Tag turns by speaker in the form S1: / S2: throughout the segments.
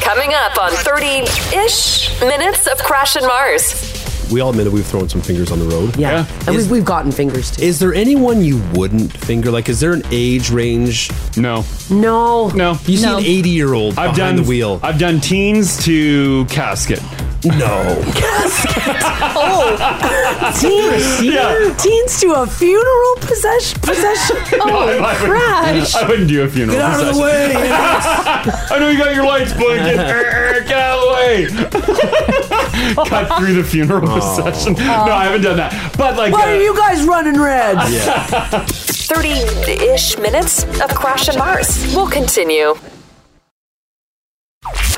S1: Coming up on 30 ish minutes of Crash and Mars.
S2: We all admit that we've thrown some fingers on the road.
S3: Yeah. And
S2: Is,
S3: we've, we've gotten fingers too.
S2: is there anyone you wouldn't finger? Like, is there an age range?
S4: No.
S3: no.
S4: No.
S2: You see
S3: No.
S2: an 80 year old behind
S4: I've done
S2: the wheel.
S4: I've done teens to casket.
S2: no.
S3: Teens,
S4: Yeah.
S3: teens to a funeral possession. possession. Oh,
S4: I- I would- I wouldn't do a funeral. procession.
S2: way.
S4: I know you got your lights blinking. Err, Get out of the way. Cut through the funeral procession. No, I haven't done that. But like, uh,
S3: guys running red?
S1: 30 ish minutes of Crash and Mars. We'll continue.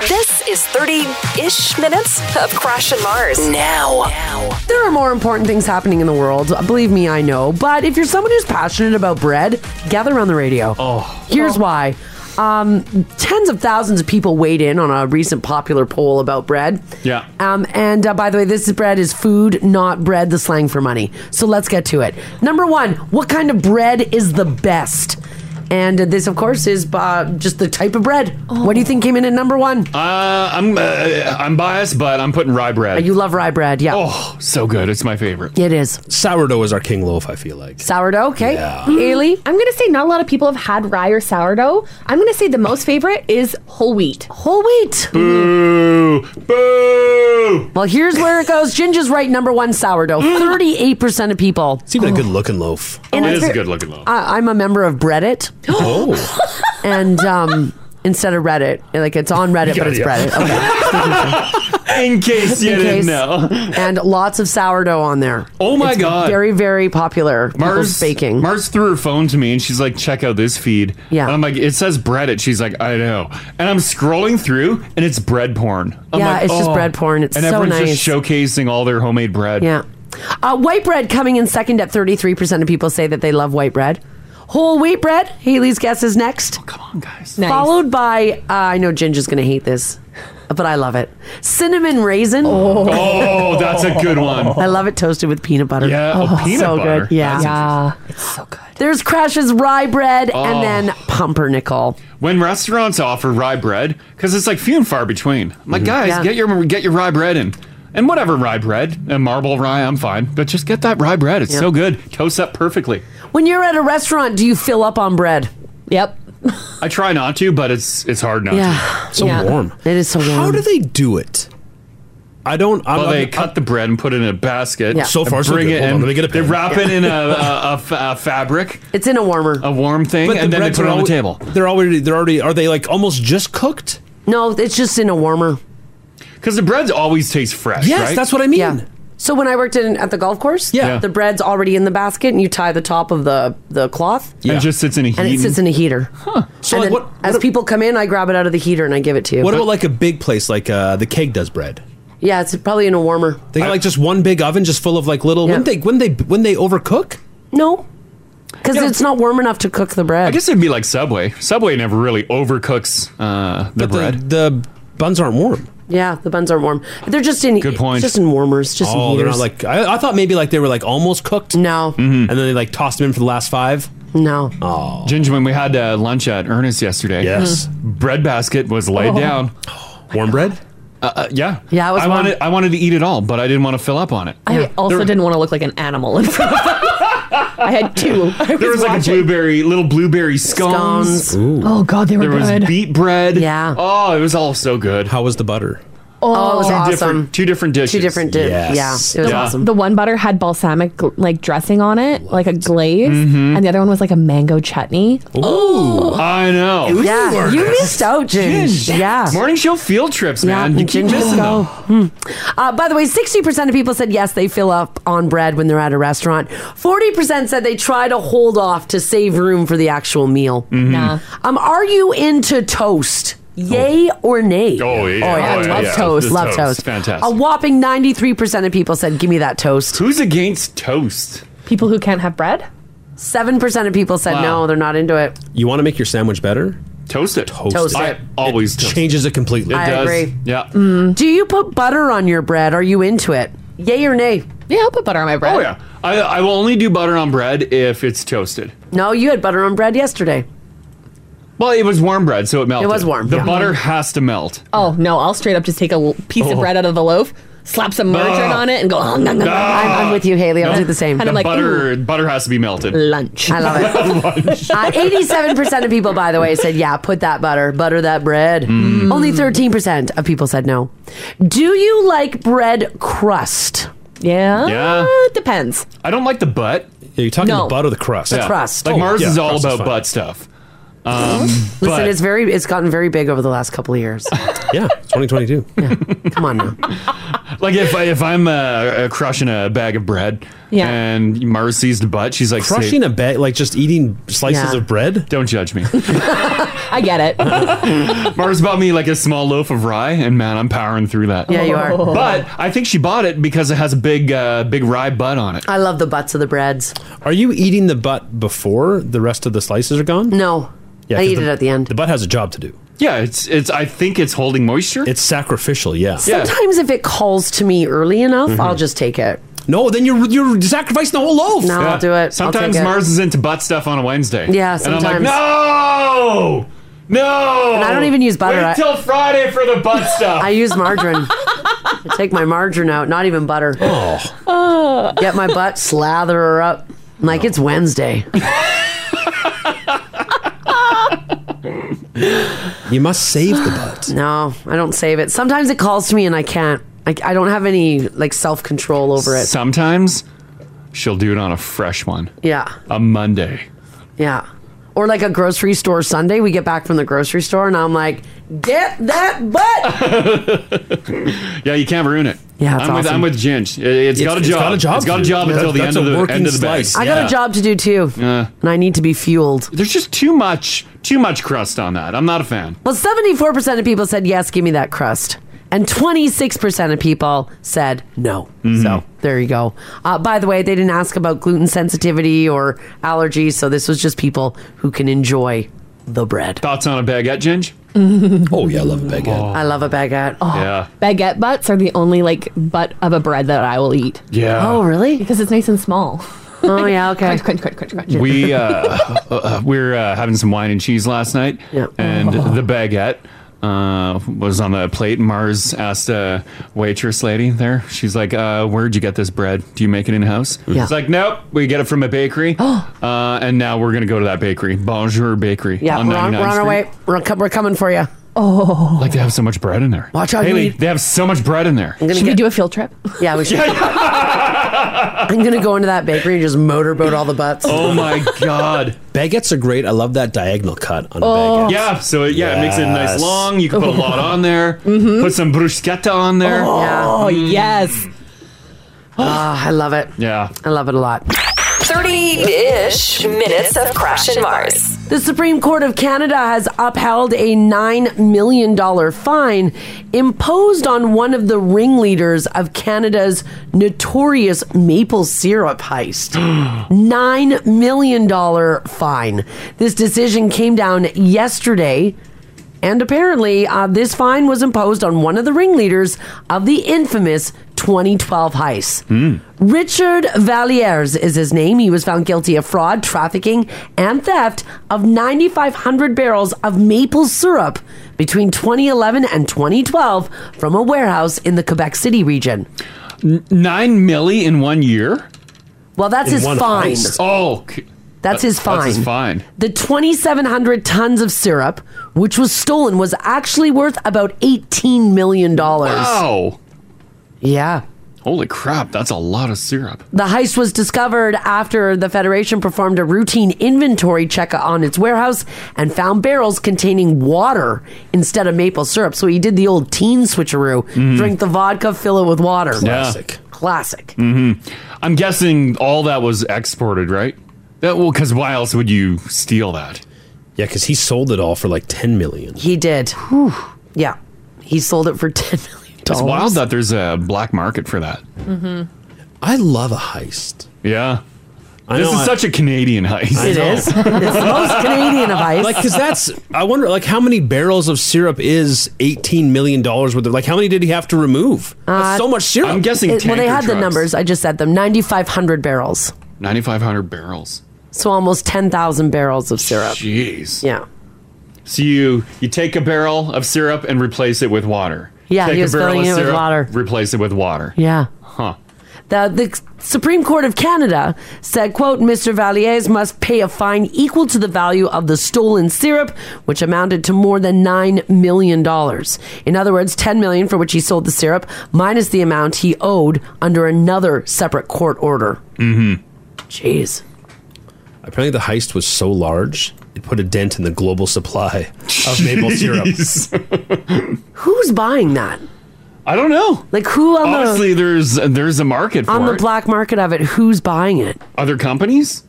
S1: This is 30 ish minutes of Crash and Mars. Now.
S3: There are more important things happening in the world. Believe me, I know. But if you're someone who's passionate about bread, gather around the radio. Oh.
S4: uh,
S3: Here's why. Um, tens of thousands of people weighed in on a recent popular poll about bread.
S4: Yeah.
S3: Um, and uh, by the way, this bread is food, not bread, the slang for money. So let's get to it. Number one, what kind of bread is the best? And uh, this, of course, is uh, just the type of bread. What do you think came in at number one?
S4: uh, I'm uh, I'm biased, but I'm putting rye bread.
S3: you love rye bread, yeah.
S4: Oh, so good. It's my favorite.
S3: It is.
S2: Sourdough is our king loaf, I feel like.
S3: Sourdough, okay. Mm.
S5: Haley, I'm gonna say not a lot of people have had rye or sourdough. I'm gonna say the most favorite is whole wheat.
S3: Whole wheat.
S4: Boo! Boo!
S3: Well, here's where it goes. Ginger's right, number one sourdough. Thirty-eight percent of people.
S2: It's even a good looking loaf.
S3: And
S4: it
S3: it's
S4: is a
S3: ver-
S4: good looking loaf.
S3: I, I'm a member of Reddit,
S2: Oh.
S3: and um, instead of Reddit, like it's on Reddit, but
S2: got
S3: it's
S2: it, yeah.
S3: Reddit. Okay.
S4: In case you
S3: In
S4: didn't
S3: case.
S4: know.
S3: and lots of sourdough on there.
S4: Oh my god.
S3: Very, very popular. People's
S4: Mars
S3: baking.
S4: Mars threw her phone to me and she's like, check out this feed.
S3: Yeah.
S4: And I'm like, it says bread. It. She's like, I know. And I'm scrolling through and it's bread porn. I'm
S3: Yeah,
S4: like, "Oh."
S3: it's just bread porn. It's
S4: and
S3: so
S4: everyone's
S3: nice.
S4: just showcasing all their homemade bread.
S3: yeah. Uh, white bread coming in second at thirty-three percent of people say that they love white bread. Whole wheat bread. Haley's guess is next.
S4: Oh, Come on, guys.
S5: Nice.
S3: Followed by, uh, I know Ginger's going to hate this, but I love it. Cinnamon raisin.
S4: Oh, that's a good one.
S3: I love it toasted with peanut butter.
S4: Yeah, oh, peanut
S3: so
S4: butter.
S3: good. Yeah.
S5: yeah.
S3: There's Crash's rye bread
S4: Oh.
S3: and then pumpernickel.
S4: When restaurants offer rye bread, because it's like few and far between. I'm like, guys,
S3: Mm-hmm. Yeah.
S4: get your get your rye bread in. And whatever rye bread, and marble rye, I'm fine. But just get that rye bread. It's
S3: Yeah.
S4: so good. Toast up perfectly.
S3: When you're at a restaurant, do you fill up on bread?
S5: Yep.
S4: I try not to, but it's it's hard not to.
S3: Yeah.
S2: So
S5: Yeah.
S2: warm.
S3: It is so warm.
S2: How do they do it? I don't. I'm,
S4: Well,
S2: I'm-
S4: Oh, they cut the bread and put it in a basket.
S3: Yeah.
S2: So far,
S4: and
S2: so
S4: bring
S2: good.
S4: it
S2: Hold
S4: in.
S2: on, let me get a
S4: they
S2: pen.
S4: wrap it in a, a, a f- a fabric,
S3: it's in a warmer.
S4: a warm thing, and then they
S2: breads
S4: put it
S2: are
S4: on the
S2: al-
S4: table.
S2: They're already. They're already. Are they like almost just cooked?
S3: No, it's just in a warmer.
S4: Because the breads always taste fresh.
S2: Yes,
S4: right?
S2: that's what I mean.
S3: Yeah. So when I worked in at the golf course,
S2: Yeah.
S3: the bread's already in the basket and you tie the top of the, the cloth
S4: And
S2: Yeah.
S4: it just sits in a heat.
S3: and it sits in a heater.
S2: So
S3: And
S2: like,
S3: then
S2: what?
S3: as
S2: what,
S3: people come in, I grab it out of the heater and I give it to you.
S2: what about like a big place like uh, the keg does bread?
S3: yeah, it's probably in a warmer.
S2: They got like just one big oven just full of like little.
S3: Yeah.
S2: Wouldn't they? Wouldn't they? Wouldn't they overcook?
S3: No. Because it's not warm enough to cook the bread.
S4: I guess it'd be like Subway. Subway never really overcooks uh, the bread.
S2: The, the buns aren't warm.
S3: Yeah, the buns aren't warm. They're just in
S4: Good point.
S3: it's Just in warmers. Just in
S2: Oh, they're Hmm.
S3: heaters.
S2: not like. Mm. I, I thought maybe like they were like almost cooked,
S3: no,
S2: and then they like tossed them in for the last five.
S3: no.
S4: Ginger, when we had uh, lunch at Ernest yesterday,
S2: Yes.
S3: Hmm.
S4: bread basket was laid down.
S2: Warm bread.
S4: Uh, yeah,
S3: Oh. Yeah, it was
S4: I
S3: warm.
S4: wanted I wanted to eat it all, but I didn't want to fill up on it.
S5: I also didn't want to look like an animal in front of them. I had two. I was
S4: There was like a
S5: watching.
S4: blueberry, little blueberry scones.
S3: Scones.
S5: Oh god, they were
S4: There was
S5: good.
S4: beet bread.
S3: Yeah.
S4: Oh, it was all so good.
S2: How was the butter?
S3: Oh, it was awesome.
S4: Different, two different dishes.
S3: Two different dips.
S2: Yes.
S3: Yeah, it was
S4: Yeah.
S3: awesome.
S5: the one butter had balsamic gl- like dressing on it, like a glaze,
S4: Mm-hmm.
S5: and the other one was like a mango chutney.
S2: Ooh.
S4: I know.
S3: Yeah, you missed out, Ginge. Yeah.
S4: Morning show field trips, man. you keep
S3: Ginger's
S4: missing
S3: go.
S4: them.
S3: Hmm. Uh, by the way, 60% of people said yes, they fill up on bread when they're at a restaurant. 40% said they try to hold off to save room for the actual meal.
S4: Mm-hmm.
S5: Nah.
S3: Um, are you into toast? Yay or nay?
S4: Oh, yeah.
S5: Oh, yeah. love toast.
S3: Love toast.
S4: Fantastic.
S3: A whopping 93% of people said, give me that toast.
S4: Who's against toast?
S5: People who can't have bread?
S3: 7% of people said
S4: Wow.
S3: no, they're not into it.
S2: You want to make your sandwich better?
S4: Toast it.
S2: Toast
S4: I
S3: it.
S4: always toast.
S2: Changes it completely.
S3: I
S4: Does.
S3: agree.
S4: Yeah.
S3: Do you put butter on your bread? Are you into it? Yay or nay?
S5: Yeah, I'll put butter on my bread.
S4: Oh yeah. I, I will only do butter on bread if it's toasted.
S3: No, you had butter on bread yesterday.
S4: Well, it was warm bread, so it melted.
S5: was warm,
S4: The
S5: yeah.
S4: butter has to melt.
S5: Oh no, I'll straight up just take a l- piece
S4: Oh.
S5: of bread out of the loaf, slap some margarine
S4: Ah.
S5: on it, and go. "Nom, nom, nom, nom."
S4: Ah. No.
S5: And
S4: The
S5: I'm like,
S4: butter,
S5: "Ooh,
S4: butter has to be melted.
S5: lunch.
S3: I love it. Uh, 87% of people, by the way, said, yeah, put that butter, butter that bread.
S5: Mm.
S3: Only 13% of people said no. Do you like bread crust?
S5: Yeah.
S4: Yeah.
S5: It depends.
S4: I don't like the butt.
S2: you're talking
S3: No.
S2: the butt or the crust?
S3: The crust.
S4: Like
S3: Oh,
S4: Mars
S3: yeah,
S4: is all
S2: crust is
S4: about
S2: fine.
S4: butt stuff. Um,
S3: Listen,
S4: but-
S3: it's very, it's gotten very big over the last couple of years.
S2: yeah, 2022.
S3: Come on now.
S4: like if I, if I'm uh, uh, crushing a bag of bread,
S3: Yeah.
S4: and Mars sees the butt, she's like
S2: Crushing a bag, like just eating slices
S4: Yeah.
S2: of bread.
S4: Don't judge me.
S5: I get it.
S4: Mars bought me like a small loaf of rye, and man, I'm powering through that.
S3: Yeah, you are. Oh.
S4: But I think she bought it because it has a big, uh, big rye butt on it.
S3: I love the butts of the breads.
S2: Are you eating the butt before the rest of the slices are gone?
S3: No. I
S2: 'cause
S3: eat it at the end.
S2: The butt has a job to do.
S4: Yeah, it's it's. I think it's holding moisture.
S2: It's sacrificial. Yeah.
S3: Sometimes if it calls to me early enough, I'll just take it.
S2: No, then you're you're sacrificing the whole loaf.
S3: No,
S4: Yeah.
S3: I'll do it. I'll
S4: Sometimes
S3: take it.
S4: Mars is into butt stuff on a Wednesday.
S3: Yeah,
S4: And I'm
S3: sometimes.
S4: like, no, no.
S3: And I don't even use butter.
S4: Wait
S3: I-
S4: till Friday for the butt stuff.
S3: I use margarine. I take my margarine out, not even butter. Oh. Get my butt, slather her up. I'm like, it's Wednesday.
S2: You must save the butt.
S3: No, I don't save it. Sometimes it calls to me and I can't. I, I don't have any like self control over it.
S4: Sometimes she'll do it on a fresh one.
S3: Yeah.
S4: A Monday.
S3: Yeah. Or like a grocery store Sunday, we get back from the grocery store and I'm like, get that butt.
S4: Yeah, you can't ruin it.
S3: Yeah,
S4: I'm
S3: it's
S4: with
S3: awesome.
S4: I'm with Ginge. It- It's got a job. It's got a job until the end of the end of the bag.
S3: I got a job to do too. and I need to be fueled.
S4: There's just too much too much crust on that. I'm not a fan.
S3: Well, 74% of people said, yes, give me that crust. And 26% of people said no.
S4: Mm-hmm.
S3: So there you go. Uh, by the way, they didn't ask about gluten sensitivity or allergies. So this was just people who can enjoy the bread.
S4: Thoughts on a baguette, Ginge?
S2: oh, yeah, I love a baguette.
S3: I love a baguette. Oh.
S4: Yeah.
S5: Baguette butts are the only like butt of a bread that I will eat.
S4: Yeah.
S3: Oh, really?
S5: Because it's nice and small.
S3: Oh yeah. Okay.
S5: crunch, crunch, crunch, crunch, crunch.
S4: We uh, uh, uh, we were uh, having some wine and cheese last night, and the baguette uh, was on the plate. Mars asked a waitress lady there. She's like, uh, "Where'd you get this bread? Do you make it in house?"
S6: Yeah.
S4: It's like, "Nope, we get it from a bakery."
S3: Oh.
S4: uh, and now we're gonna go to that bakery, Bonjour Bakery.
S3: Yeah,
S4: on
S3: we're on,
S4: 99th
S3: we're on our
S4: Street.
S3: way. We're, co- we're coming for you. Oh.
S4: Like they have so much bread in there. Watch
S3: out, you
S4: Haley,
S3: eat-
S4: they have so much bread in there.
S5: Should we do a field trip?
S3: Yeah, we should. I'm gonna go into that bakery and just motorboat all the butts.
S4: Oh my god,
S2: baguettes are great. I love that diagonal cut on
S3: Oh.
S2: baguettes.
S4: Yeah, so it- yeah, it makes it nice long. You can put a lot on there.
S2: Mhm.
S4: Put some bruschetta on there.
S3: Mm-hmm. Oh,
S4: Mm.
S5: yes.
S3: Ah, I love it.
S4: Yeah.
S3: I love it a lot.
S1: 30-ish minutes of Crash and Mars.
S3: The Supreme Court of Canada has upheld a $9 million fine imposed on one of the ringleaders of Canada's notorious maple syrup heist. $9 million fine. This decision came down yesterday. And apparently, uh, this fine was imposed on one of the ringleaders of the infamous 2012 heist. Richard Valliers is his name. He was found guilty of fraud, trafficking, and theft of 9,500 barrels of maple syrup between 2011 and 2012 from a warehouse in the Quebec City region.
S4: N- nine milli in one year?
S3: Well, that's his fine.
S4: Oh, c-
S3: That's his
S4: That's
S3: fine.
S4: his fine.
S3: The 2,700 tons of syrup, which was stolen, was actually worth about $18 million.
S4: Wow.
S3: Yeah.
S4: Holy crap, that's a lot of syrup.
S3: The heist was discovered after the Federation performed a routine inventory check on its warehouse and found barrels containing water instead of maple syrup. So he did the old teen switcheroo drink the vodka, fill it with water.
S4: Classic.
S3: Classic.
S4: hmm I'm guessing all that was exported, right? That well, because why else would you steal that?
S2: Yeah, because he sold it all for like ten million.
S3: He did. Yeah. He sold it for $10 million.
S4: It's wild that there's a black market for that.
S3: Mm-hmm.
S2: I love a heist.
S4: Yeah.
S2: I
S4: this
S2: know,
S4: is
S2: I-
S4: such a Canadian heist.
S2: I know. Like, because that's I wonder, like, how many barrels of syrup is eighteen million dollars worth of? Like, how many did he have to remove? That's so much syrup.
S3: It- well, they had the numbers. I just said them 9,500 barrels.
S4: 9,500 barrels.
S3: So almost 10,000 barrels of syrup.
S4: Jeez.
S3: Yeah.
S4: So you you take a barrel of syrup and replace it with water.
S3: Yeah,
S4: take
S3: he was filling it with water.
S4: Replace it with water.
S3: Yeah.
S4: Huh.
S3: The, the Supreme Court of Canada said, quote, Mr. Valliers must pay a fine equal to the value of the stolen syrup, which amounted to more than $9 million. In other words, $10 million for which he sold the syrup, minus the amount he owed under another separate court order.
S2: Mm-hmm.
S3: Jeez.
S2: Apparently, the heist was so large it put a dent in the global supply of maple syrup.
S3: Who's buying that?
S4: I don't know.
S3: Like who on
S4: Honestly, there's there's a market
S3: the
S4: for
S3: on the
S4: it.
S3: black market of it? Who's buying it?
S4: Other companies?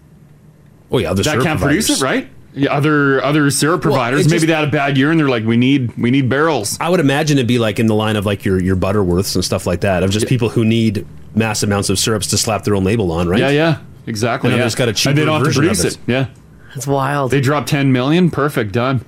S2: Oh yeah, other
S4: that
S2: syrup
S4: can't produce
S2: providers.
S4: it, right? Yeah, other other syrup providers.
S2: it
S4: Maybe
S2: just-
S4: they had a bad year and they're like, we need we need barrels.
S2: I would imagine it'd be like in the line of like your your Butterworths and stuff like that of just people who need mass amounts of syrups to slap their own label on, right?
S4: Yeah, yeah, exactly.
S2: And
S4: yeah.
S2: I've just got a cheaper
S4: And they don't have to
S2: version of
S4: produce
S2: it.
S4: it. Yeah,
S3: that's wild.
S4: They drop ten million. Perfect, done.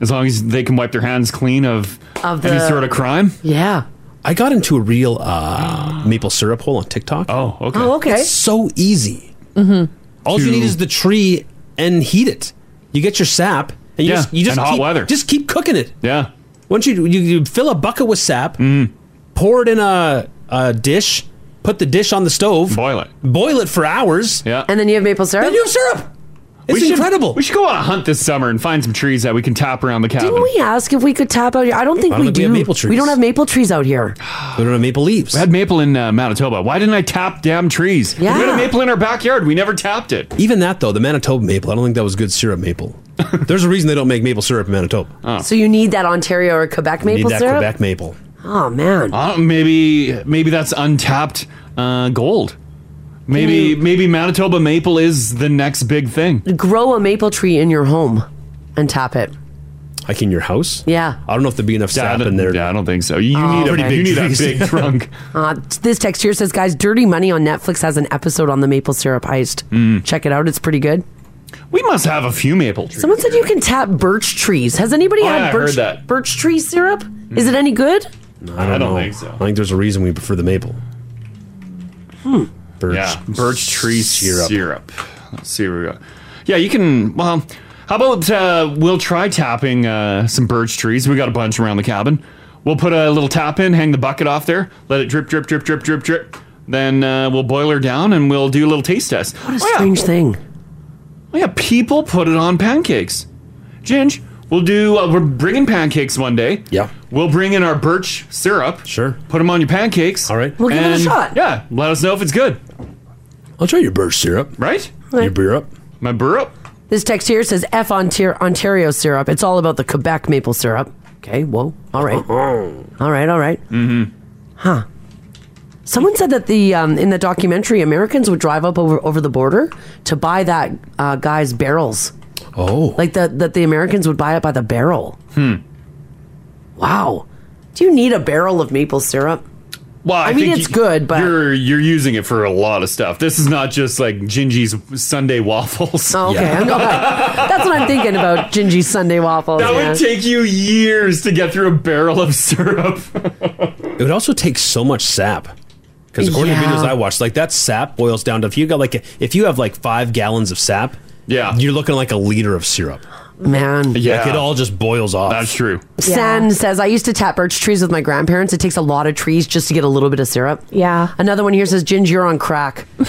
S4: As long as they can wipe their hands clean of,
S3: Of
S4: any
S3: the-
S4: sort of crime.
S3: Yeah.
S2: I got into a real uh, maple syrup hole on TikTok.
S4: Oh, okay.
S3: Oh, okay.
S2: It's so easy.
S3: Mm-hmm.
S2: All you
S3: To-
S2: need is the tree and heat it. You get your sap and you
S4: Yeah,
S2: just you just
S4: and hot
S2: keep,
S4: weather.
S2: Just keep cooking it.
S4: Yeah.
S2: Once you you, you fill a bucket with sap, pour it in a, a dish, put the dish on the stove,
S4: boil it,
S2: boil it for hours.
S4: Yeah.
S3: And then you have maple syrup. Then
S2: you have syrup. It's
S4: should-
S2: incredible.
S4: we should go on a hunt this summer and find some trees that we can tap around the cabin.
S3: Didn't we ask if we could tap out here? I don't think
S4: I
S3: we
S4: don't think
S3: do.
S4: we have maple trees.
S3: We don't have maple trees out here.
S2: We don't have maple leaves.
S4: We had maple in uh, Manitoba. Why didn't I tap damn trees?
S3: Yeah.
S4: We had a maple in our backyard. We never tapped it.
S2: Even that though, the Manitoba maple, I don't think that was good syrup maple. There's a reason they don't make maple syrup in Manitoba.
S3: So you need that Ontario or Quebec
S2: You
S3: maple
S2: need that
S3: syrup.
S2: Quebec maple.
S3: Oh man.
S4: Uh, maybe maybe that's untapped uh, gold. Maybe maybe Manitoba maple is the next big thing.
S3: Grow a maple tree in your home and tap it.
S2: Like in your house?
S3: Yeah.
S2: I don't know if there'd be enough sap in there. Yeah,
S4: I don't think so. You
S3: Oh,
S4: need a
S3: okay.
S4: pretty big you need a
S2: trees.
S4: big trunk.
S3: Uh, this text here says, guys, Dirty Money on Netflix has an episode on the maple syrup heist.
S4: Hmm.
S3: Check it out. It's pretty good.
S4: We must have a few maple trees.
S3: Someone said you can tap birch trees. Has anybody
S4: Oh,
S3: had
S4: yeah, I
S3: birch,
S4: heard that. Oh,
S3: birch tree syrup? Is it any good?
S2: I don't, think so. I think there's a reason we prefer the maple.
S3: Hmm.
S2: Birch.
S4: Yeah, birch tree syrup. Let's see what we got. Yeah, you can. Well, how about uh, we'll try tapping uh, some birch trees? We got a bunch around the cabin. We'll put a little tap in, hang the bucket off there, let it drip, drip, drip, drip, drip, drip. Then uh, we'll boil her down and we'll do a little taste test. What
S3: a strange thing.
S4: Oh, yeah, people put it on pancakes. Ginge, we'll do. Uh, we're bringing pancakes one day. Yeah. We'll bring in our birch syrup. Sure. Put them on your pancakes. All right.
S3: We'll give it a shot.
S4: Yeah. Let us know if it's good.
S2: I'll try your birch syrup.
S4: Right?
S3: Right. Your
S2: syrup.
S4: My syrup.
S3: This text here says F on tier Ontario syrup. It's all about the Quebec maple syrup. Okay, whoa. All right. All right, all right.
S4: Mm-hmm.
S3: Huh. Someone said that the um, in the documentary, Americans would drive up over, over the border to buy that uh, guy's barrels.
S2: Oh.
S3: Like the, that the Americans would buy it by the barrel.
S4: Hmm.
S3: Wow. Do you need a barrel of maple syrup?
S4: Well, I,
S3: I mean,
S4: think
S3: it's
S4: you-
S3: good, but-
S4: you're you're using it for a lot of stuff. This is not just like Gingy's Sunday waffles.
S3: Oh, okay. I'm all right. That's what I'm thinking about, Gingy Sunday waffles.
S4: that
S3: yeah.
S4: would take you years to get through a barrel of syrup.
S2: It would also take so much sap. Because according to
S4: Yeah.
S2: videos I watched, like that sap boils down to if you got like a, if you have like five gallons of sap,
S4: yeah,
S2: you're looking like a liter of syrup.
S3: Man,
S2: like it all just boils off. That's
S4: true.
S3: Sen says, I used to tap birch trees with my grandparents. It takes a lot of trees just to get a little bit of syrup. Yeah. Another one here says, Ginger, you're on crack. It,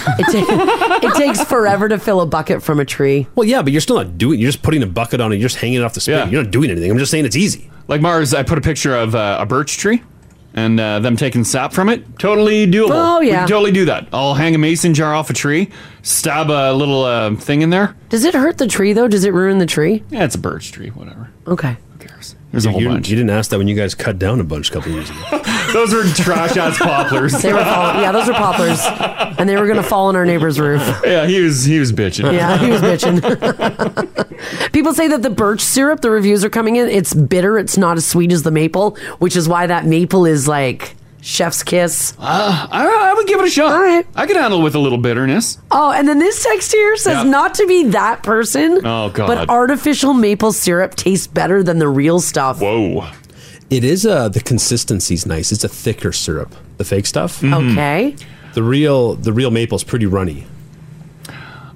S3: ta- it takes forever to fill a bucket from a tree.
S2: Well, yeah, but you're still not doing. You're just putting a bucket on it. You're just hanging it off the spit. You're not doing anything. I'm just saying it's easy.
S4: Like Mars, I put a picture of uh, a birch tree and uh, them taking sap from it. Totally doable.
S3: Oh,
S4: We
S3: yeah.
S4: can totally do that. I'll hang a mason jar off a tree, stab a little uh, thing in there.
S3: Does it hurt the tree, though? Does it ruin the tree?
S4: Yeah, it's a birch tree. Whatever.
S3: Okay.
S4: There's a whole
S2: you,
S4: bunch.
S2: You didn't ask that when you guys cut down a bunch a couple years ago.
S4: Those were trash ass poplars.
S3: They were fall- yeah, those are poplars. And they were going to fall on our neighbor's roof.
S4: Yeah, he was he was bitching.
S3: Yeah, he was bitching. People say that the birch syrup, the reviews are coming in, it's bitter. It's not as sweet as the maple, which is why that maple is like chef's kiss.
S4: Uh, I, I would give it a shot. All right. I could handle it with a little bitterness.
S3: Oh, and then this text here says
S4: Yeah.
S3: not to be that person.
S4: Oh, God.
S3: But artificial maple syrup tastes better than the real stuff.
S4: Whoa.
S2: It is uh the consistency's nice. It's a thicker syrup.
S4: Mm.
S2: The fake stuff.
S3: Mhm. Okay.
S2: The real the real maple's pretty runny.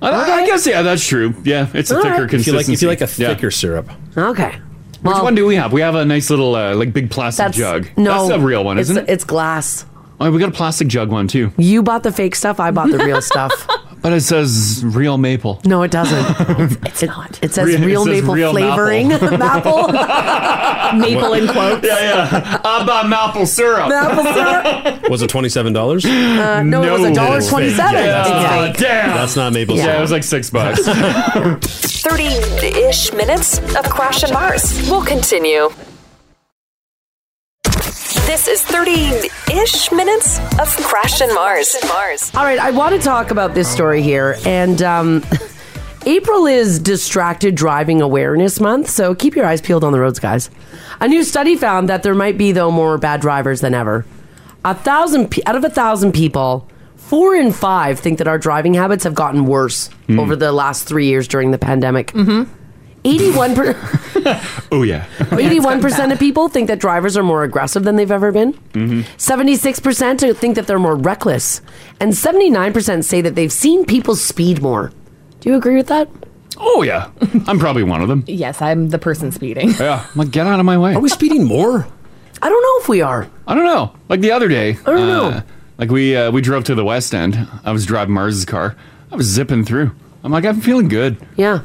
S4: I, I guess yeah, that's true. Yeah, it's a
S3: All
S4: thicker
S3: right. If you like-
S4: consistency.
S3: if you like a
S4: thicker
S2: syrup.
S4: Hmm.
S3: Okay.
S4: Which one do we have? We have a nice little uh, like big plastic
S3: That's-
S4: jug.
S3: no,
S4: that's a real one,
S3: it's-
S4: isn't it?
S3: It's glass.
S4: Oh, we got a plastic jug one too.
S3: You bought the fake stuff. I bought the real stuff.
S4: But it says real maple.
S3: No, it doesn't. it's not. It says
S4: Real- it
S3: real
S4: says
S3: maple
S4: real
S3: flavoring.
S4: maple.
S3: Maple.
S5: Maple in
S4: quotes. Yeah, yeah. I bought maple syrup.
S3: Maple syrup.
S2: Was it twenty seven dollars?
S3: Uh, no, it was $1.27.
S4: Ah,
S1: Yeah.
S2: Damn, that's not maple
S1: Yeah.
S2: syrup.
S1: Yeah, it was
S4: like six bucks.
S1: 30-ish minutes of Crash and Mars. We'll continue. This is 30-ish minutes of Crash and Mars. Mars.
S3: All right, I want to talk about this story here. And um, April is Distracted Driving Awareness Month, so keep your eyes peeled on the roads, guys. A new study found that there might be, though, more bad drivers than ever. A thousand pe- out of a thousand people, four in five think that our driving habits have gotten worse
S4: Mm.
S3: over the last three years during the pandemic. Mm-hmm. 81 percent
S4: Oh yeah.
S3: 81% of people think that drivers are more aggressive than they've ever been.
S4: Mm-hmm.
S3: 76% think that they're more reckless, and 79% say that they've seen people speed more. Do you agree with that?
S4: Oh yeah. I'm probably one of them.
S5: Yes, I'm the person speeding.
S4: Yeah. I'm like, get out of my way. Are
S2: we speeding more?
S3: I don't know if we are.
S4: I don't know. Like the other day. I
S3: don't
S4: know. Like we uh, we drove to the West End. I was driving Mars's car. I was zipping through. I'm like, I'm feeling good.
S3: Yeah.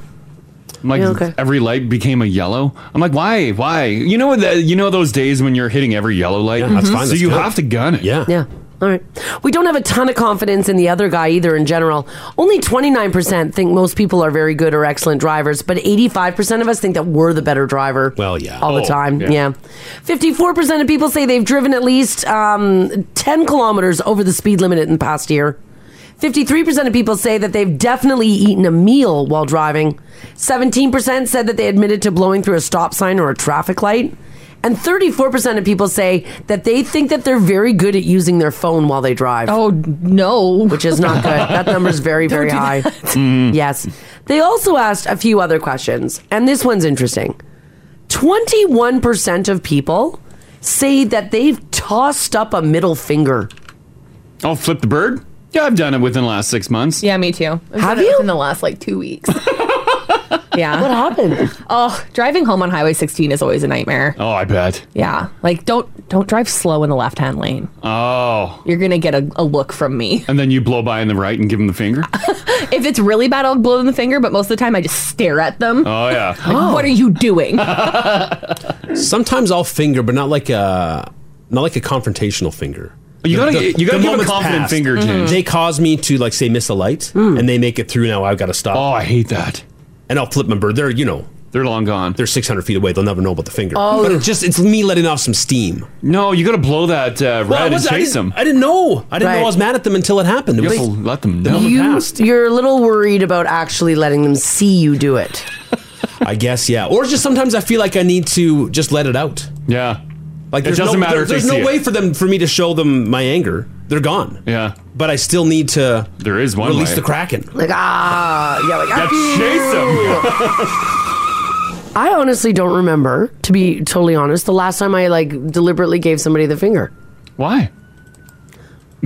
S4: I'm like
S3: Yeah, okay.
S4: every light became a yellow. I'm like, why? Why? You know the, you know those days when you're hitting every yellow light.
S3: Yeah, that's Mhm. fine,
S4: So
S3: that's
S4: you
S2: good.
S4: have to gun it.
S2: Yeah.
S3: Yeah. All right. We don't have a ton of confidence in the other guy either in general. Only 29% think most people are very good or excellent drivers, but 85% of us think that we're the better driver.
S2: Well, yeah.
S3: All the
S2: Oh,
S3: time.
S2: yeah.
S3: Yeah. 54% of people say they've driven at least um, 10 kilometers over the speed limit in the past year. 53% of people say that they've definitely eaten a meal while driving. 17% said that they admitted to blowing through a stop sign or a traffic light. And 34% of people say that they think that they're very good at using their phone while they drive. Oh, no. Which is not good. That number's very, very high. Yes. They also asked a few other questions, and this one's interesting. 21% of people say that they've tossed up a middle finger.
S4: I'll Oh, flip the bird. Yeah, I've done it within the last six months.
S5: Yeah, me too. I've
S4: Have
S5: done it in the last like two weeks? yeah. What
S3: happened?
S5: Oh, driving home on Highway 16 is always a nightmare.
S4: Oh, I bet.
S5: Yeah, like don't don't drive slow in the left hand lane.
S4: Oh.
S5: You're gonna get a, a look from me.
S4: And then you blow by in the right and give him the finger.
S5: If it's really bad, I'll blow them the finger. But most of the time, I just stare at them.
S4: Oh yeah.
S5: Like, What are you doing?
S2: Sometimes I'll finger, but not like a not like a confrontational finger.
S4: You gotta- you gotta
S2: the
S4: give a
S2: moment's
S4: confident finger, Mhm. James.
S2: They cause me to like say miss a light, and they make it through. Now I've got to stop. Oh,
S4: I hate that.
S2: And I'll flip my bird. They're you know
S4: they're long gone.
S2: They're six hundred feet away. They'll never know about the finger.
S4: Oh.
S2: but it just it's me letting off some steam.
S4: No, you gotta blow that uh, red
S2: Well, I
S4: and
S2: wasn't- I
S4: chase
S2: didn't-
S4: him.
S2: I didn't know. I didn't know I was mad at them until it happened.
S4: You
S2: They-
S4: have to let them know.
S3: You, you're a little worried about actually letting them see you do it.
S2: I guess yeah. Or just sometimes I feel like I need to just let it out.
S4: Yeah.
S2: Like
S4: It
S2: there's
S4: doesn't
S2: no,
S4: matter
S2: there-
S4: if they
S2: there's
S4: see
S2: no
S4: it.
S2: way for them for me to show them my anger. They're gone.
S4: Yeah.
S2: But I still need to.
S4: There is one
S2: Release
S4: way.
S2: the kraken.
S3: Like, ah, yeah, like,
S4: Yeah,
S3: ah,
S4: chase
S3: I honestly don't remember, to be totally honest, the last time I like deliberately gave somebody the finger.
S4: Why?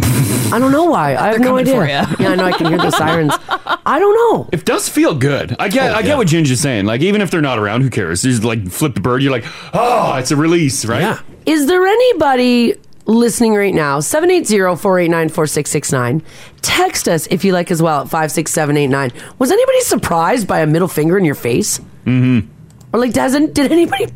S3: I don't know why. I have no idea. yeah, I know. I can hear the sirens. I don't know.
S4: It does feel good. I get. I get what Ginger's saying. Like even if they're not around, who cares? You just like flip the bird. You're like, oh, it's a release, right? Yeah.
S3: Is there anybody listening right now? 780-489-4669. Text us if you like as well at 56789. Was anybody surprised by a middle finger in your face? Mm-hmm. Or like doesn't did anybody p-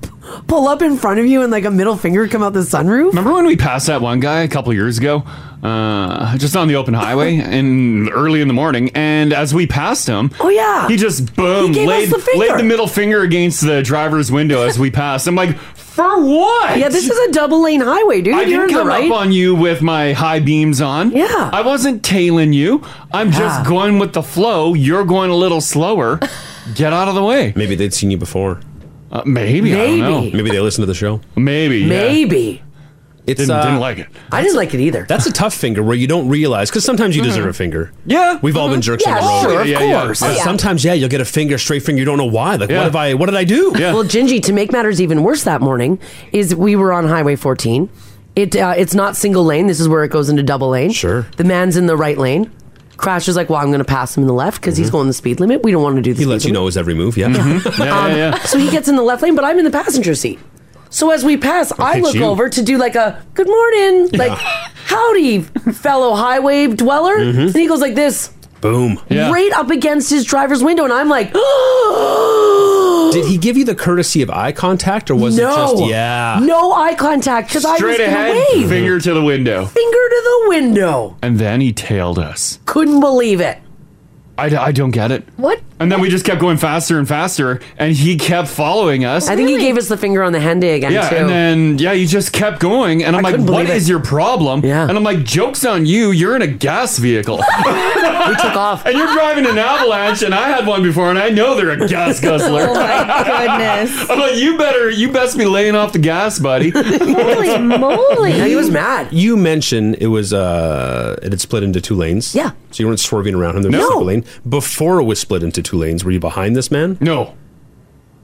S3: pull up in front of you and like a middle finger come out the sunroof?
S4: Remember when we passed that one guy a couple years ago, uh, just on the open highway in early in the morning, and as we passed him,
S3: Oh, yeah.
S4: he just boom
S3: He gave us
S4: laid,
S3: the finger.
S4: laid the middle finger against the driver's window as we passed. I'm like, for what?
S3: Yeah, this is a double lane highway, dude.
S4: I
S3: You're
S4: didn't
S3: in the
S4: come
S3: right.
S4: up on you with my high beams on. Yeah. I wasn't tailing you. I'm just going with the flow. You're going a little slower. Get out of the way.
S2: Maybe they'd seen you before.
S4: Uh, maybe. I don't know.
S2: Maybe they listen to the show.
S4: Maybe.
S2: yeah.
S3: Maybe.
S2: It's,
S4: Didn't-
S2: uh,
S4: didn't like it.
S3: I didn't like it either.
S2: That's a tough finger where you don't realize because sometimes you deserve a finger.
S4: Mm-hmm. Yeah,
S2: we've all been jerks
S3: Mm-hmm. Yeah,
S2: on the road.
S3: sure, of Yeah, yeah, yeah. course.
S2: But
S3: Oh, yeah.
S2: Sometimes, yeah, you'll get a finger, straight finger. You don't know why. Like,
S3: Yeah.
S2: what have I? What did I do?
S3: Well, Gingy, to make matters even worse that morning, is we were on Highway 14. It uh, It's not single lane. This is where it goes into double lane. Sure. The man's in the right lane. Crash is like, well, I'm going to pass him in the left because he's going the speed limit. We don't want to do the
S2: Mm-hmm. He lets you know his every move. Yeah.
S4: Mm-hmm.
S3: Um, So he gets in the left lane, but I'm in the passenger seat. So as we pass, I
S2: at
S3: look
S2: you.
S3: over to do like a good morning,
S2: Yeah.
S3: like howdy, fellow highway dweller,
S2: Mhm.
S3: and he goes like this,
S2: Boom.
S3: right up against his driver's window, and I'm like,
S2: Did he give you the courtesy of eye contact, or was it
S3: no,
S2: just yeah?
S3: no eye contact because I was
S4: Straight
S3: gonna
S4: ahead,
S3: wave.
S4: finger to the window.
S3: Finger to the window.
S4: And then he tailed us.
S3: Couldn't believe it.
S4: I, I don't get it.
S5: What?
S4: And then we just kept going faster and faster, and he kept following us.
S3: I think he gave us the finger on the Henday again
S4: yeah,
S3: too.
S4: and then yeah, he just kept going, and I'm
S3: I
S4: like,
S3: couldn't
S4: "What
S3: believe it.
S4: is your problem?" Yeah, and I'm like, "Jokes on you! You're in a gas vehicle." we
S3: took off,
S4: and you're driving an avalanche, and I had one before, and I know they're a gas guzzler.
S5: Oh my goodness.
S4: I'm like, "You better, you best be laying off the gas, buddy."
S5: Holy moly.
S3: mad.
S2: You mentioned it was uh it had split into two lanes. Yeah. So you weren't swerving around him. There was
S4: No.
S2: a separate lane. Before it was split into two lanes, were you behind this man?
S4: No.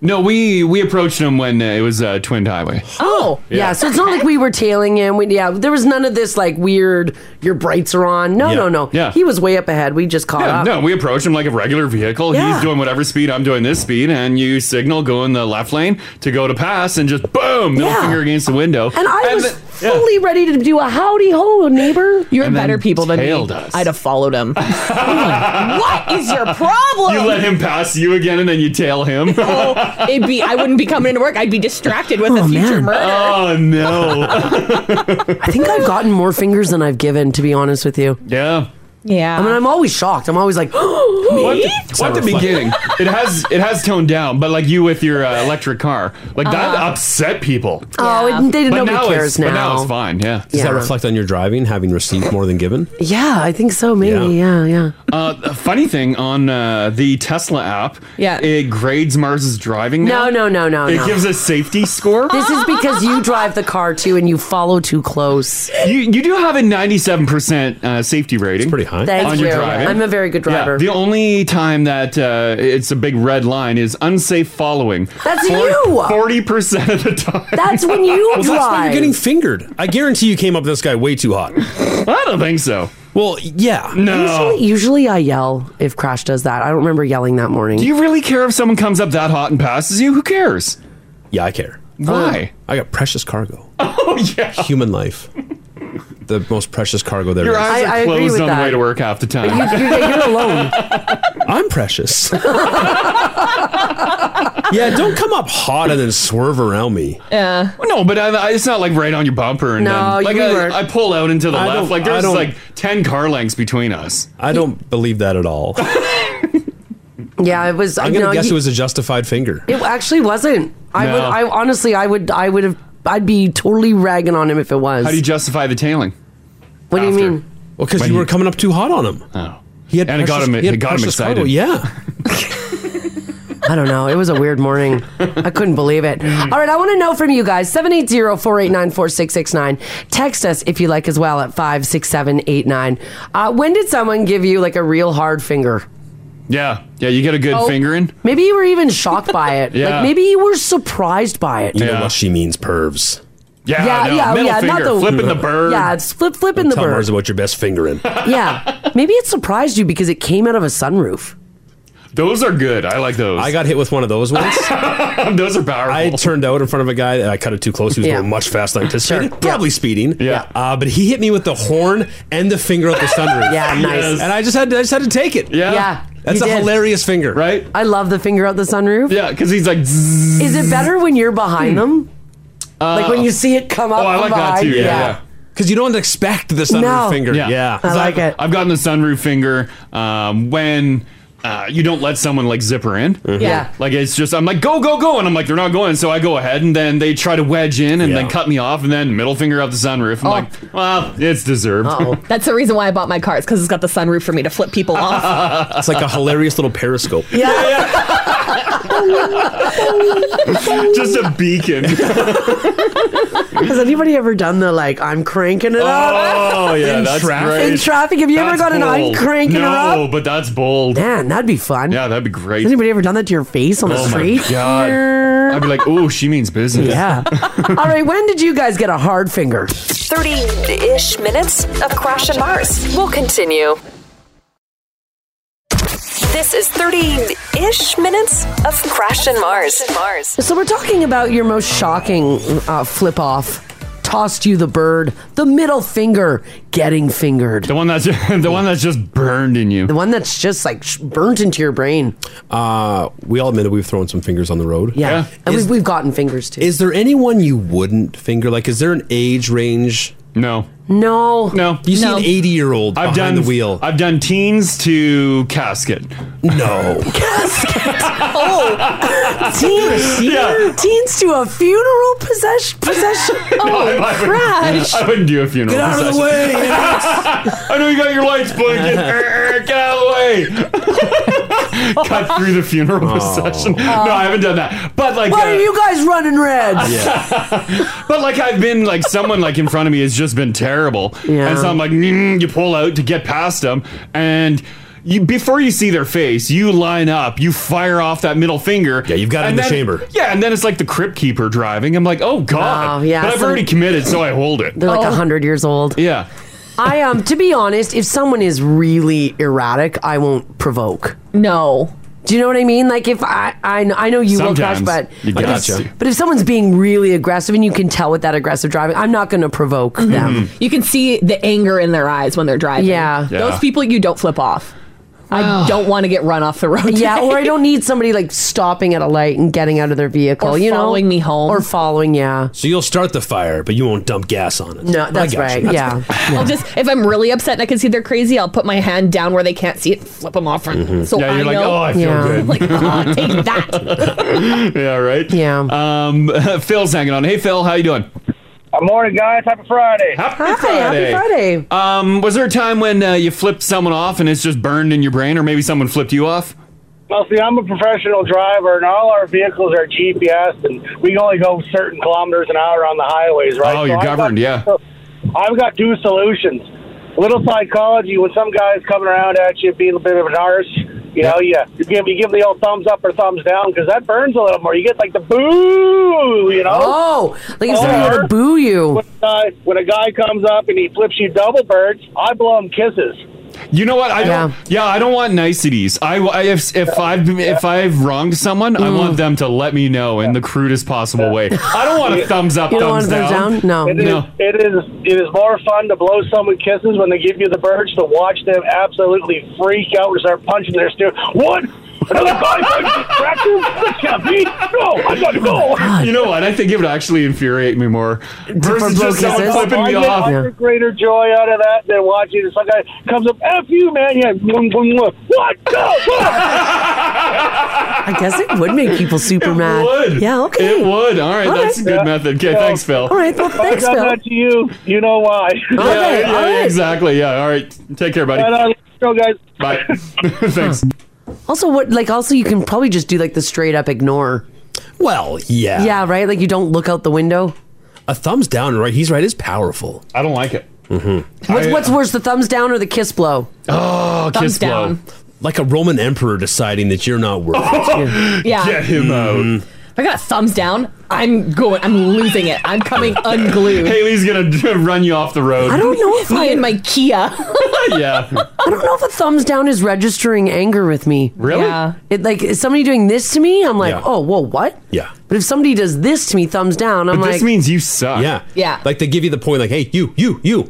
S4: No, we we approached him when uh, it was uh, Twin Highway.
S3: Oh, yeah.
S4: Yeah.
S3: So it's not like we were tailing him. We, yeah, there was none of this like weird. Your brights are on. No,
S4: Yeah.
S3: no, no.
S4: Yeah.
S3: he was way up ahead. We just caught
S4: Yeah,
S3: up.
S4: no, we approached him like a regular vehicle.
S3: Yeah.
S4: He's doing whatever speed, I'm doing this speed, and you signal go in the left lane to go to pass, and just boom, middle
S3: Yeah.
S4: finger against the window.
S3: And I was
S4: then-
S3: fully ready to do a howdy ho, neighbor.
S6: You're
S4: And then
S6: better people than me.
S4: tailed us.
S6: I'd have followed him. what is your problem?
S4: You let him pass you again, and then you tail him. oh,
S6: It'd be I wouldn't be coming into work. I'd be distracted with a future
S4: Oh.
S6: murder.
S3: Oh,
S4: no!
S3: I think I've gotten more fingers than I've given. To be honest with you.
S4: Yeah.
S6: Yeah.
S3: I mean, I'm always shocked. I'm always like, oh,
S4: What
S3: me?
S4: the, what the beginning? It has it has toned down, but like you with your uh, electric car, like that
S3: Uh.
S4: upset people.
S3: Oh, it- they didn't-
S4: But
S3: nobody
S4: now
S3: cares
S4: it's, But now
S3: now.
S4: it's fine. Yeah.
S2: Does that reflect on your driving, having received more than given?
S3: Yeah, I think so. Maybe. Yeah, yeah.
S4: Uh, the funny thing on uh, the Tesla app,
S3: Yeah.
S4: it grades Mars's driving.
S3: No,
S4: Now.
S3: no, no, no.
S4: It
S3: no.
S4: gives a safety score.
S3: This is because you drive the car too, and you follow too close.
S4: You you do have a ninety seven percent uh, safety rating. pretty high.
S3: Thank
S4: on
S3: you.
S4: Your driving.
S3: I'm a very good
S4: Yeah,
S3: driver.
S4: the only time that uh, it's a big red line is unsafe following.
S3: That's you!
S4: Forty percent of the time.
S3: That's when you
S2: Well, that's why
S3: drive.
S2: you're getting fingered. I guarantee you came up with this guy way too hot.
S4: I don't think so.
S2: Well, yeah.
S3: Usually, usually I yell if Crash does that. I don't remember yelling that morning.
S4: Do you really care if someone comes up that hot and passes you? Who cares?
S2: Yeah, I care.
S4: Why?
S2: I got precious cargo.
S4: Oh yeah.
S2: Human life. The most precious cargo there is.
S4: Your eyes are closed on the way to work half the time.
S3: alone.
S2: I'm precious. yeah, don't come up hot and then swerve around me.
S6: Yeah.
S4: No, but I, I, it's not like right on your bumper. And
S2: No,
S4: then, like
S2: you
S4: I,
S2: weren't.
S4: I pull out into the
S2: I don't-
S4: left. Like
S2: I
S4: there's
S2: don't-
S4: like ten car lengths between us.
S2: I don't believe that at all.
S3: Yeah, it was.
S2: I'm gonna
S3: no,
S2: guess
S3: you-
S2: it was a justified finger.
S3: It actually wasn't. I
S4: No.
S3: would. I honestly, I would. I would have. I'd be totally ragging on him if it was.
S4: How do you justify the tailing?
S3: what do you mean?
S2: Well, because you were coming up too hot on him.
S4: Oh,
S2: he had
S4: And it got
S2: precious-
S4: him-
S2: he had
S4: it got him
S2: precious
S4: excited.
S2: cargo, Yeah,
S3: I don't know. It was a weird morning. I couldn't believe it. All right, I want to know from you guys 780 489 4669. Text us if you like as well at 56789. Uh, when did someone give you like a real hard finger?
S4: Yeah, yeah. You get a good
S3: Oh.
S4: fingering.
S3: Maybe you were even shocked by it.
S4: Yeah.
S3: Like maybe you were surprised by it.
S2: you know what she means, pervs.
S4: Yeah,
S3: Yeah, no, yeah, middle yeah, not finger, the- flipping the
S4: bird.
S3: Yeah, it's flip flipping the
S2: Tell
S3: bird.
S2: Mars about your best fingering.
S3: yeah. Maybe it surprised you because it came out of a sunroof.
S4: Those are good. I like those.
S2: I got hit with one of those once.
S4: those are powerful.
S2: I turned out in front of a guy that I cut it too close. He was
S3: Yeah.
S2: going much faster than I anticipated. Probably speeding. Yeah. Uh, but he hit me with the horn and the finger up the sunroof.
S3: Yeah, nice. Yes.
S2: And I just had to, I just had to take it.
S3: Yeah. Yeah,
S2: That's
S3: you
S2: a
S3: did.
S2: hilarious finger,
S4: right?
S3: I love the finger out the sunroof.
S4: Yeah, because he's like.
S3: Is it better when you're behind them? like when you see it come up.
S4: Hmm. Oh, I
S3: from
S4: like that
S3: behind?
S4: too. Yeah. yeah.
S2: Because you don't expect the sunroof
S3: No.
S2: finger. Yeah.
S4: I like it. I've gotten the sunroof finger um, when uh, you don't let someone like zipper in.
S3: Mm-hmm. Yeah.
S4: Like it's just I'm like go go go and I'm like they're not going so I go ahead and then they try to wedge in and then cut me off and then middle finger up the sunroof. I'm
S3: Oh.
S4: like well it's deserved.
S6: That's the reason why I bought my car. It's because it's got the sunroof for me to flip people off.
S2: It's like a hilarious little periscope.
S4: just a beacon.
S3: Has anybody ever done the like I'm cranking it up?
S4: Oh yeah, that's great.
S3: In traffic, have you ever
S4: That's
S3: got an I'm
S4: bold.
S3: cranking
S4: no,
S3: her up?
S4: but that's bold.
S3: Man, that'd be fun.
S4: Yeah, that'd be great.
S3: Has anybody ever done that to your face on the
S4: oh
S3: street?
S4: my god, I'd be like, oh, she means business.
S3: Yeah. All right, when did you guys get a hard finger?
S1: 30 ish minutes of Crash and Mars. We'll continue. This is 30-ish minutes of Crash and Mars. Mars.
S3: So we're talking about your most shocking uh, flip off. Tossed you the bird, the middle finger getting fingered. The
S4: one that's the one that's just burned in you.
S3: The one that's just like sh- burnt into your brain.
S2: Uh, we all admit that we've thrown some fingers on the road.
S3: Yeah, and
S2: Is,
S3: we've, we've gotten fingers too.
S2: is there anyone you wouldn't finger? Like, is there an age range?
S4: No.
S3: No.
S4: No.
S2: You see an 80 year old
S4: I've
S2: behind
S4: done
S2: the wheel.
S4: I've done teens to casket.
S2: No.
S3: oh, teens,
S4: Yeah.
S3: teens to a funeral possession. possession.
S4: I- I wouldn't- I wouldn't do a funeral.
S3: Get out of the way,
S4: I know you got your lights blinking. Err, Get out of the way. Cut through the funeral procession. No, I haven't done that. But like,
S3: Why
S4: uh,
S3: are you guys running reds?
S4: but like, I've been like someone like in front of me has just been terrible,
S3: Yeah.
S4: and so I'm like, "Mm," you pull out to get past them, and. You, before you see their face, you line up, you fire off that middle finger. Yeah,
S2: you've got it in the chamber.
S4: Yeah, and then it's like the crypt keeper driving. I'm like, oh god.
S3: Oh, yeah,
S4: but I've
S3: some-
S4: already committed, so I hold it.
S3: They're like a hundred years old.
S4: Yeah.
S3: Oh. I um to be honest, if someone is really erratic, I won't provoke.
S6: No.
S3: Do you know what I mean? Like if I I, kn- I know you
S4: Sometimes
S3: will crash, but
S4: you
S3: but if-
S4: gotcha.
S3: But if someone's being really aggressive and you can tell with that aggressive driving, I'm not going to provoke them.
S5: Mm-hmm.
S6: You can see the anger in their eyes when they're driving.
S3: Yeah.
S4: Yeah.
S6: Those people you don't flip off. I don't want to get run off the road.
S3: Yeah,
S6: today.
S3: or I don't need somebody like stopping at a light and getting out of their vehicle.
S6: Or
S3: you know,
S6: following me home.
S3: or following. Yeah,
S2: So you'll start the fire, but you won't dump gas on it.
S3: no,
S2: I
S3: that's
S2: got
S3: right.
S2: you.
S3: yeah,
S6: I'll just if I'm really upset and I can see they're crazy, I'll put my hand down where they can't see it, flip them off, and so
S4: Yeah,
S6: I
S4: you're like,
S6: know.
S4: oh, I feel
S3: Yeah.
S4: good.
S6: like, oh, take that.
S4: yeah, right.
S3: Yeah.
S4: Um, Phil's hanging on. Hey, Phil, how you doing?
S7: Good morning, guys. Happy Friday.
S4: Happy
S3: happy Friday.
S4: Um, was there a time when uh, you flipped someone off and it's just burned in your brain, or maybe someone flipped you off?
S7: Well, see, I'm a professional driver, and all our vehicles are GPS, and we only go certain kilometers an hour on the highways, right?
S4: Oh, you're
S7: I've got-
S4: governed, yeah.
S7: I've got two solutions. Little psychology, when some guy's coming around at you being a bit of an arse, you know, you, you, give, you give the old thumbs up or thumbs down because that burns a little more. You get like the boo, you know?
S3: Oh, like if somebody were
S7: Or-
S3: to boo you,
S7: When, a guy when a guy comes up and he flips you double birds, I blow him kisses.
S4: You know what? I don't.
S3: Yeah.
S4: Yeah, I don't want niceties. I, I- if if I've if I've wronged someone, I
S3: Mm.
S4: want them to let me know in the crudest possible way. I don't want a thumbs up,
S3: you don't want
S4: thumbs
S3: to thumbs down.
S4: down.
S3: No,
S7: It is,
S4: Um, No.
S7: it is it is more fun to blow someone kisses when they give you the birds to watch them absolutely freak out and start punching their steer. What? Another guy punching tractor? That can't be. No, I gotta go.
S4: You know what? I think it would actually infuriate me more versus
S3: blow
S4: just someone
S3: kisses?
S4: flipping
S7: I
S4: me
S7: get,
S4: off.
S7: I get greater joy out of that than watching some guy comes up. F you, man. Yeah. Boom, boom, boom. What? No, what?
S3: I guess it would make people super mad.
S4: Would.
S3: Yeah, okay.
S4: It would. All right,
S3: All
S4: that's a
S3: right.
S4: good method. Okay,
S7: Yeah.
S4: thanks, Phil.
S3: All right, well, thanks,
S7: If I
S3: Bill.
S7: done that to you. You know why.
S4: Yeah,
S3: Okay,
S4: yeah,
S3: all right.
S4: exactly. Yeah. All right. Take care, buddy.
S7: and, uh, so, guys,
S4: Bye. Thanks.
S3: Also, what like also you can probably just do like the straight up ignore.
S2: Well, yeah.
S3: Yeah, right. Like you don't look out the window.
S2: A thumbs down, right? He's right, is powerful.
S4: I don't like it.
S3: What's,
S4: I- uh,
S3: what's worse, the thumbs down or the kiss blow?
S4: Oh,
S6: Thumbs
S4: kiss blow.
S6: down.
S2: Like a Roman emperor deciding that you're not worth it.
S6: Yeah.
S4: Get him out.
S6: If I got a thumbs down, I'm going. I'm losing it. I'm coming unglued.
S4: Haley's gonna d- run you off the road.
S3: I don't know if
S6: Me
S3: I,
S6: and my Kia.
S4: yeah.
S3: I don't know if a thumbs down is registering anger with me.
S4: Really?
S6: Yeah.
S3: It like is somebody doing this to me? I'm like,
S2: Yeah.
S3: oh, whoa, what?
S2: Yeah.
S3: But if somebody does this to me, thumbs down. I'm
S4: But
S3: like,
S4: this means you suck.
S2: Yeah.
S6: Yeah.
S2: Like they give you the point, like, hey, you, you, you.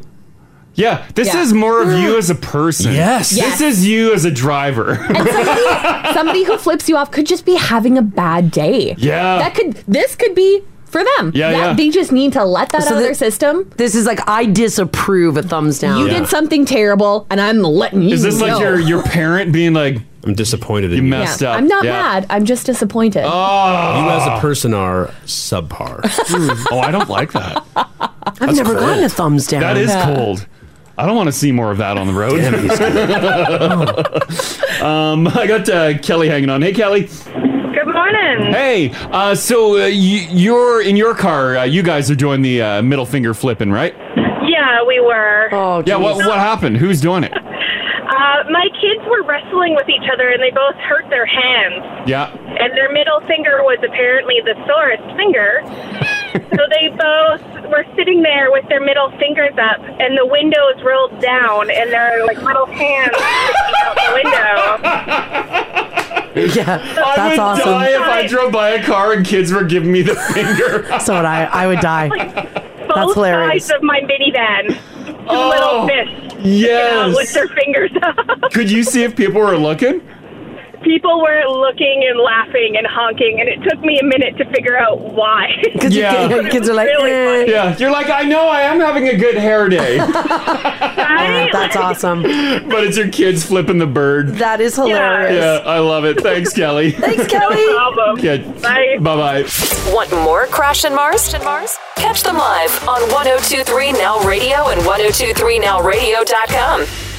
S4: Yeah. This
S6: Yeah.
S4: is more of you as a person.
S2: Yes.
S6: Yes.
S4: This is you as a driver.
S6: somebody, somebody who flips you off could just be having a bad day.
S4: Yeah.
S6: That could. This could be for them.
S4: Yeah,
S6: That-
S4: yeah.
S6: They just need to let that
S3: So
S6: out of
S3: that-
S6: their system.
S3: this is like I disapprove a thumbs down.
S6: You did something terrible, and I'm letting you.
S4: is this
S6: know.
S4: like your your parent being like,
S2: I'm disappointed in
S4: You
S2: you.
S4: messed
S6: Yeah.
S4: stuff.
S6: I'm not
S4: Yeah.
S6: mad. I'm just disappointed.
S4: oh,
S2: You as a person are subpar.
S4: oh, I don't like that.
S3: I've never
S2: cold.
S3: gotten a thumbs down.
S4: That is cold. I don't want to see more of that on the road. um, I got uh, Kelly hanging on. Hey, Kelly.
S8: Good morning.
S4: Hey. Uh, so uh, you, you're in your car. Uh, you guys are doing the uh, middle finger flipping, right?
S8: Yeah, we were.
S3: Oh,
S4: Yeah. What
S3: geez.
S4: What happened? Who's doing it?
S8: Uh, my kids were wrestling with each other and they both hurt their hands.
S4: Yeah.
S8: And their middle finger was apparently the sorest finger. so they both were sitting there with their middle fingers up, and the window is rolled down, and their like little hands sticking out the window.
S3: Yeah,
S4: I
S3: that's
S4: would
S3: awesome.
S4: die if I drove by a car and kids were giving me the finger.
S3: so would I. I would die.
S8: Both
S3: hilarious.
S8: sides of my minivan, two
S4: Oh,
S8: little fists uh,
S4: Yes.
S8: with their fingers up.
S4: Could you see if people were looking?
S8: People were looking and laughing and honking, and it took me a minute to figure out why.
S3: Kids,
S4: Yeah.
S3: kids are like, eh.
S4: Yeah. You're like, I know I am having a good hair day,
S3: Yeah, that's awesome.
S4: but it's your kids flipping the bird.
S3: That is hilarious.
S4: Yeah, I love it. Thanks, Kelly.
S3: Thanks, Kelly.
S8: Problem.
S4: Yeah.
S8: Bye.
S4: Bye bye.
S1: Want more Crash and Mars? And Mars? oh Catch them live on 1023 Now Radio and 1023nowradio.com.